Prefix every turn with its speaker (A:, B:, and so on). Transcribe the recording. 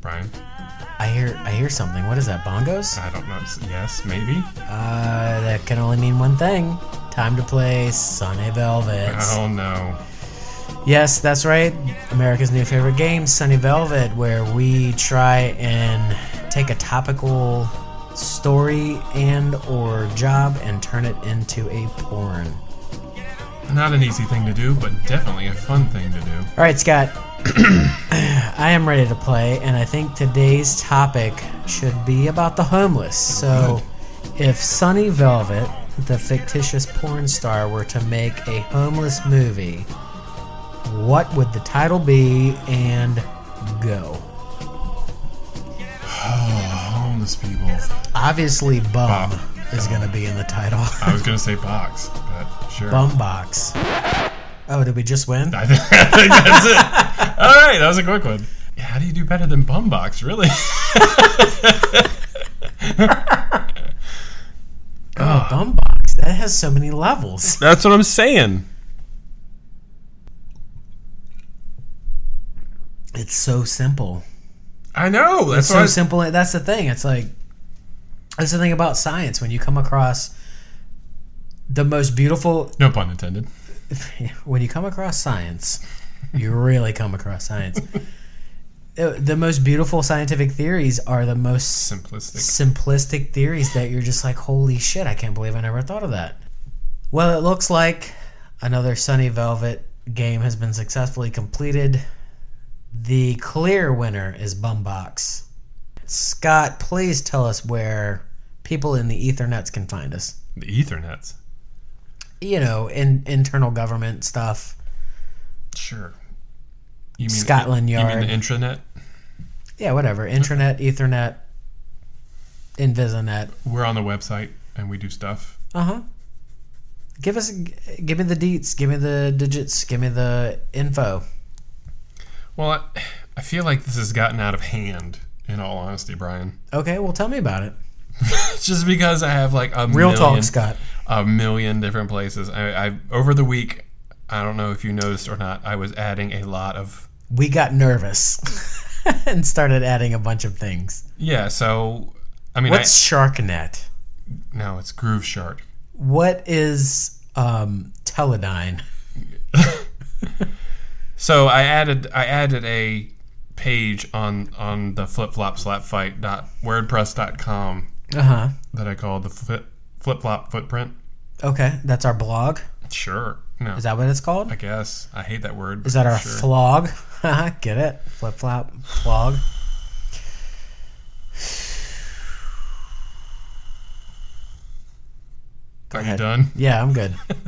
A: Brian?
B: I hear I hear something. What is that? Bongos?
A: I don't know. Yes, maybe.
B: Uh, that can only mean one thing. Time to play Sunny Velvets.
A: Oh no.
B: Yes, that's right. America's new favorite game, Sunny Velvet, where we try and take a topical story and or job and turn it into a porn.
A: Not an easy thing to do, but definitely a fun thing to do.
B: All right, Scott. I am ready to play, and I think today's topic should be about the homeless. So,
A: Mm-hmm.
B: if Sunny Velvet, the fictitious porn star, were to make a homeless movie, what would the title be and go?
A: Oh, homeless people.
B: Obviously, Bum
A: Bum.
B: is going to be in the title.
A: I was gonna say box, but sure.
B: Bum Box. Oh, did we just win?
A: I think that's it. All right, that was a quick one. How do you do better than Bumbox, really? Ah.
B: Oh, Bum Box. That has so many levels.
A: That's what I'm saying.
B: It's so simple.
A: I know. That's
B: so
A: why.
B: simple. That's the thing. It's like that's the thing about science. When you come across the most beautiful,
A: No pun intended.
B: when you come across science, you really come across science. Uh, the most beautiful scientific theories are the most
A: Simplistic.
B: simplistic theories that you're just like, holy shit, I can't believe I never thought of that. Well, it looks like another Sunny Velvet game has been successfully completed. The clear winner is Bumbox. Scott, please tell us where people in the ethernets can find us.
A: The Ethernets.
B: You know, in internal government stuff.
A: Sure. You mean
B: Scotland
A: You
B: Yard.
A: mean the intranet?
B: Yeah, whatever. Intranet, ethernet, invisinet.
A: We're on the website and we do stuff.
B: Uh huh. Give us, g- give me the deets, give me the digits, give me the info.
A: Well, I, I feel like this has gotten out of hand. In all honesty, Brian,
B: Okay, well, tell me about it.
A: it's just because I have like a
B: Real
A: million,
B: talk, Scott.
A: a million different places. I, I over the week, I don't know if you noticed or not, I was adding a lot of
B: We got nervous and started adding a bunch of things.
A: yeah. So I mean, I,
B: What's Sharknet?
A: no, it's Groove Shark.
B: What is um, Teledyne?
A: So I added I added a page on on the flip flop slap fight dot wordpress.com
B: Uh huh.
A: that I called the flip flop footprint.
B: Okay, that's our blog.
A: Sure. No.
B: Is that what it's called?
A: I guess I hate that word.
B: Is that our
A: sure.
B: flog? Get it? Flip flop, flog.
A: Are you
B: ahead.
A: done?
B: Yeah, I'm good.